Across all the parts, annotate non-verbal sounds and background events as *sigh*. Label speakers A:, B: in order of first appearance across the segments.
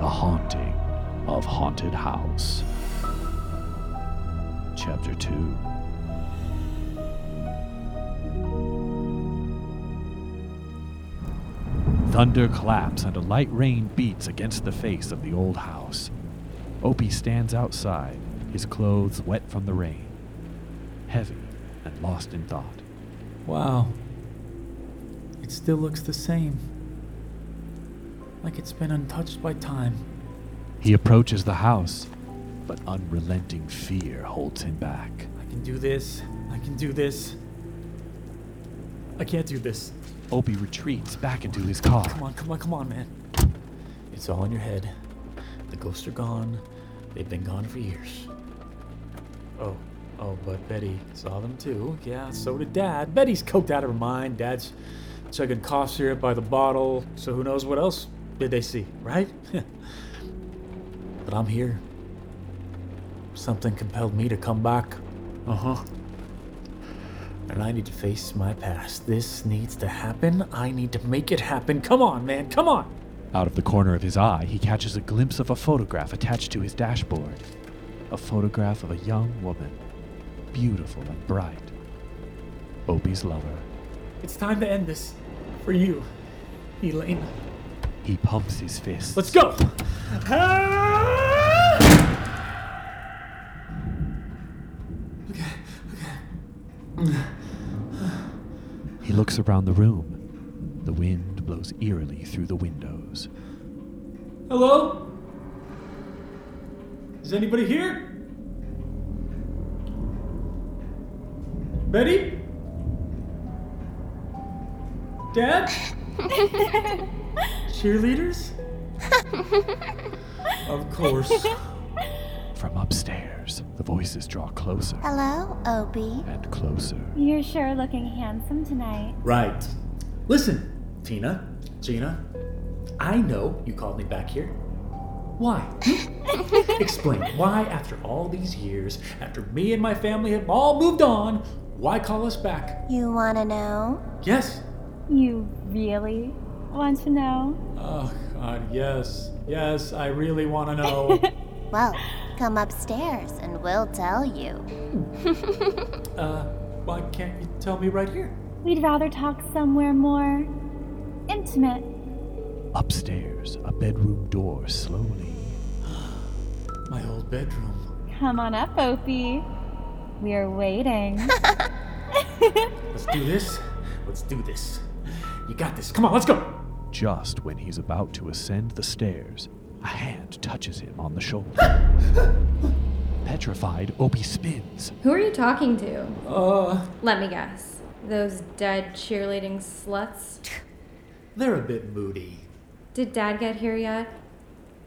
A: Haunting of Haunted House. Chapter 2 Thunder claps and a light rain beats against the face of the old house. Opie stands outside, his clothes wet from the rain, heavy and lost in thought.
B: Wow. It still looks the same. Like it's been untouched by time.
A: He approaches the house, but unrelenting fear holds him back.
B: I can do this. I can do this. I can't do this.
A: Opie retreats back into his car.
B: Come on, come on, come on, man. It's all in your head. The ghosts are gone. They've been gone for years. Oh, oh, but Betty saw them too. Yeah, so did Dad. Betty's coked out of her mind. Dad's chugging cough syrup by the bottle. So who knows what else did they see, right? *laughs* but I'm here. Something compelled me to come back. Uh huh. And I need to face my past. This needs to happen. I need to make it happen. Come on, man. Come on.
A: Out of the corner of his eye, he catches a glimpse of a photograph attached to his dashboard. A photograph of a young woman, beautiful and bright. Opie's lover.
B: It's time to end this. For you, Elaine.
A: He pumps his fist.
B: Let's go!
A: He looks around the room. The wind blows eerily through the windows.
B: Hello? Is anybody here? Betty? Dad? Cheerleaders? of course.
A: From upstairs, the voices draw closer
C: Hello, Opie.
A: and closer.
D: You're sure looking handsome tonight.
B: Right. Listen, Tina, Gina, I know you called me back here. Why? Hmm? Explain. Why, after all these years, after me and my family have all moved on, why call us back?
C: You wanna know?
B: Yes.
D: You really want to know?
B: Oh, God, yes. Yes, I really want to know.
C: Well, come upstairs and we'll tell you.
B: uh, why can't you tell me right here?
D: We'd rather talk somewhere more intimate.
A: Upstairs, a bedroom door slowly.
B: My old bedroom.
D: Come on up, Opie. We're waiting.
B: Let's do this. Let's do this. You got this. Come on, let's go.
A: Just when he's about to ascend the stairs, a hand touches him on the shoulder. Petrified, Opie spins.
E: Who are you talking to?
B: Uh,
E: Let me guess. Those dead cheerleading sluts?
B: they're a bit moody.
E: Did Dad get here yet?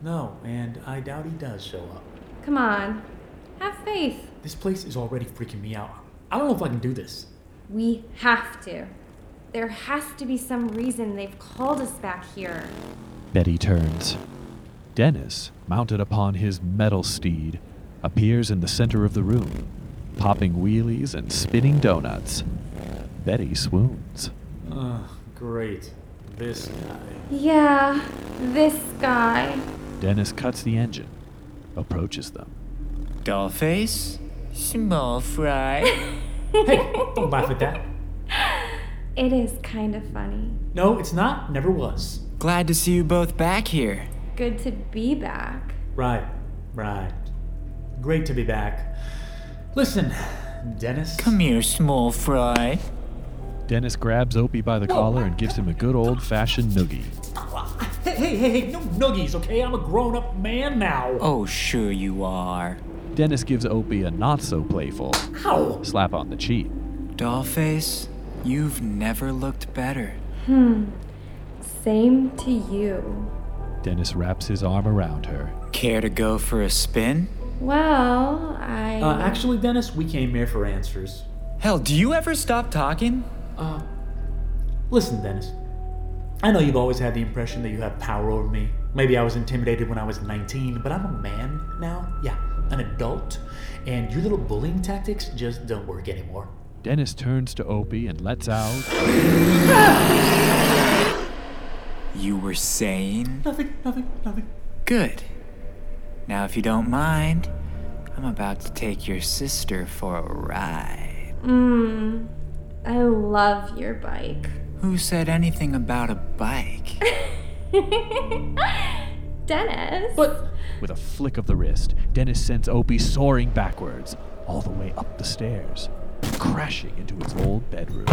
B: No, and I doubt he does show up.
E: Come on. Have faith.
B: This place is already freaking me out. I don't know if I can do this.
E: We have to. There has to be some reason they've called us back here.
A: Betty turns. Dennis, mounted upon his metal steed, appears in the center of the room, popping wheelies and spinning donuts. Betty swoons.
B: Ugh, Ah, great. This guy.
E: Yeah, this guy.
A: Dennis cuts the engine, approaches them.
F: Dollface? Small fry?
B: *laughs* Hey, don't laugh at that.
E: It is kind of funny.
B: No, it's not. Never was.
F: Glad to see you both back here.
E: Good to be back.
B: Right, right. Great to be back. Listen, Dennis.
F: Come here, small fry.
A: Dennis grabs Opie by the collar and gives him a good old fashioned noogie.
B: Hey, hey, hey, hey, no nuggies, okay? I'm a grown up man now.
F: Oh, sure you are.
A: Dennis gives Opie a not so playful
B: Ow!
A: slap on the cheek.
F: Dollface, you've never looked better.
E: Same to you.
A: Dennis wraps his arm around her.
F: Care to go for a spin?
E: Well, I.
B: Uh, actually, Dennis, we came here for answers.
F: Hell, do you ever stop talking?
B: Uh, listen, Dennis. I know you've always had the impression that you have power over me. Maybe I was intimidated when I was 19, but I'm a man now. Yeah, an adult. And your little bullying tactics just don't work anymore.
A: Dennis turns to Opie and lets out.
F: You were saying?
B: Nothing, nothing, nothing.
F: Good. Now, if you don't mind, I'm about to take your sister for a ride.
E: Mmm. I love your bike. *laughs*
F: Who said anything about a bike?
E: Dennis.
B: But
A: With a flick of the wrist, Dennis sends Opie soaring backwards, all the way up the stairs, crashing into his old bedroom.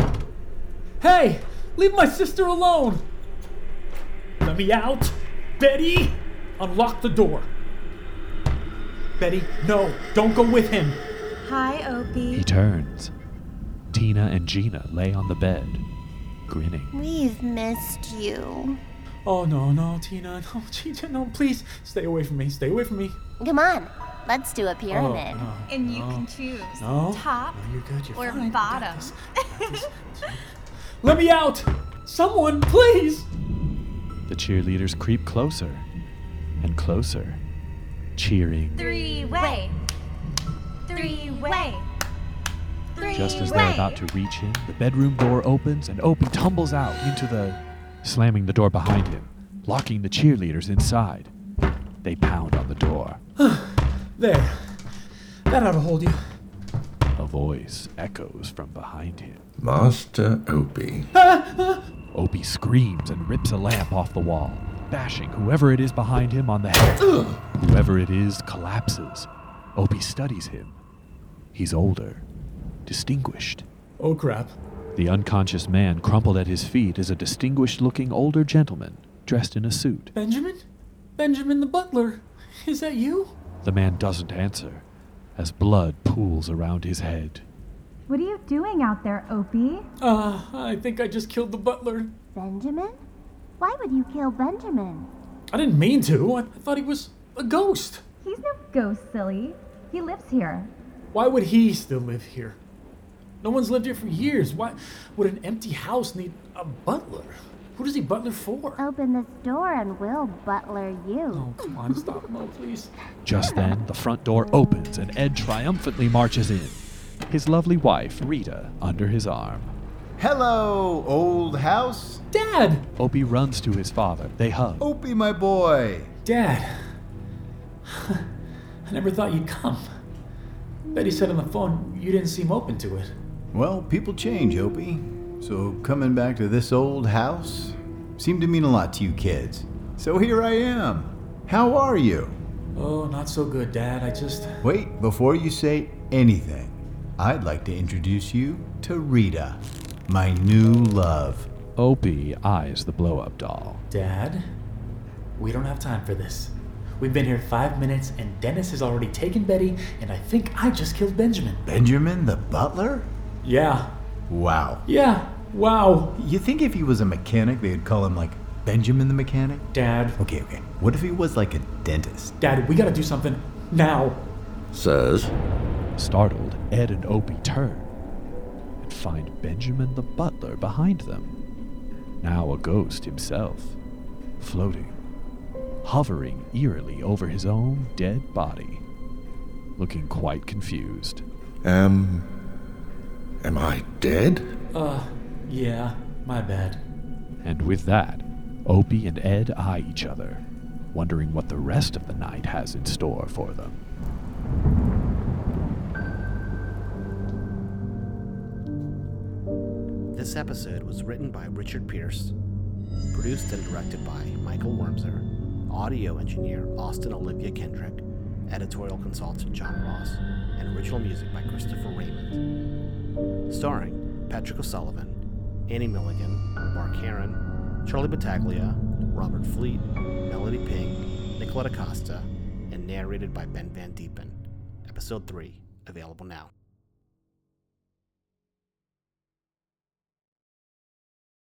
B: hey, leave my sister alone. Let me out, Betty. Unlock the door. Betty, no, don't go with him.
G: *laughs* Hi,
A: He
G: Opie.
A: turns. Tina and Gina lay on the bed, grinning.
C: We've missed you.
B: Oh no, no, Tina, no, *laughs* Gina, no, please stay away from me. Stay away from me.
C: Come on, let's do a
B: Oh,
C: pyramid.
B: no,
G: And you
B: no.
G: can choose
B: No.
G: top
B: No, you're good. You're
G: or
B: fine. You got
G: bottom.
B: this. Let me out! Someone, please!
A: The cheerleaders creep closer and closer, cheering.
G: *laughs* Three way. Three way. Three
A: Just as they're about to reach in, the bedroom door opens and Opie tumbles out into the. slamming the door behind him, locking the cheerleaders inside. They pound on the door.
B: There. That ought to hold you.
A: A voice echoes from behind him.
H: Master Opie.
A: Opie screams and rips a lamp off the wall, bashing whoever it is behind him on the head. whoever it is collapses. Opie studies him. He's older, distinguished.
B: Oh crap.
A: The unconscious man crumpled at his feet is a distinguished looking older gentleman dressed in a suit.
B: Benjamin? Benjamin the butler. Is that you?
A: The man doesn't answer as blood pools around his head.
D: What are you doing out there, Opie?
B: Uh, I think I just killed the butler.
C: Benjamin? Why would you kill Benjamin?
B: I didn't mean to. I, I thought he was a ghost.
D: He's no ghost, silly. He lives here.
B: Why would he still live here? No one's lived here for years. Why would an empty house need a butler? Who does he butler for?
C: Open this door and we'll butler you.
B: Oh, come on, stop. No, please.
A: Just then, the front door opens and Ed triumphantly marches in, his lovely wife, Rita, under his arm.
I: Hello, old house.
B: Dad!
A: Opie runs to his father. They hug.
I: Opie, my boy.
B: Dad, *laughs* I never thought you'd come. Betty said on the phone you didn't seem open to it.
I: Well, people change, Opie. So coming back to this old house seemed to mean a lot to you kids. So here I am. How are you?
B: Oh, not so good, Dad. I just.
I: Wait, before you say anything, I'd like to introduce you to Rita, my new love.
A: Opie eyes the blow up doll.
B: Dad, we don't have time for this. We've been here five minutes, and Dennis has already taken Betty, and I think I just killed Benjamin.
I: Benjamin the butler?
B: Yeah.
I: Wow.
B: Yeah. Wow.
I: You think if he was a mechanic, they'd call him like Benjamin the mechanic?
B: Dad,
I: Okay, okay. What if he was like a dentist?
B: Dad, we gotta do something now.
H: Sirs,
A: Startled, Ed and Opie turn and find Benjamin the butler behind them. Now a ghost himself, floating, hovering eerily over his own dead body, looking quite confused.
H: um, am I dead?
B: Uh, yeah, my bad.
A: And with that, Opie and Ed eye each other, wondering what the rest of the night has in store for them.
J: This episode was written by Richard Pierce, produced and directed by Michael Wormser, audio engineer Austin Olivia Kendrick, editorial consultant John Ross, and original music by Christopher Raymond. Starring Patrick O'Sullivan, Annie Milligan, Mark Heron, Charlie Battaglia, Robert Fleet, Melody Ping, Nicoletta Costa, and narrated by Ben Van Diepen. Episode 3, available now.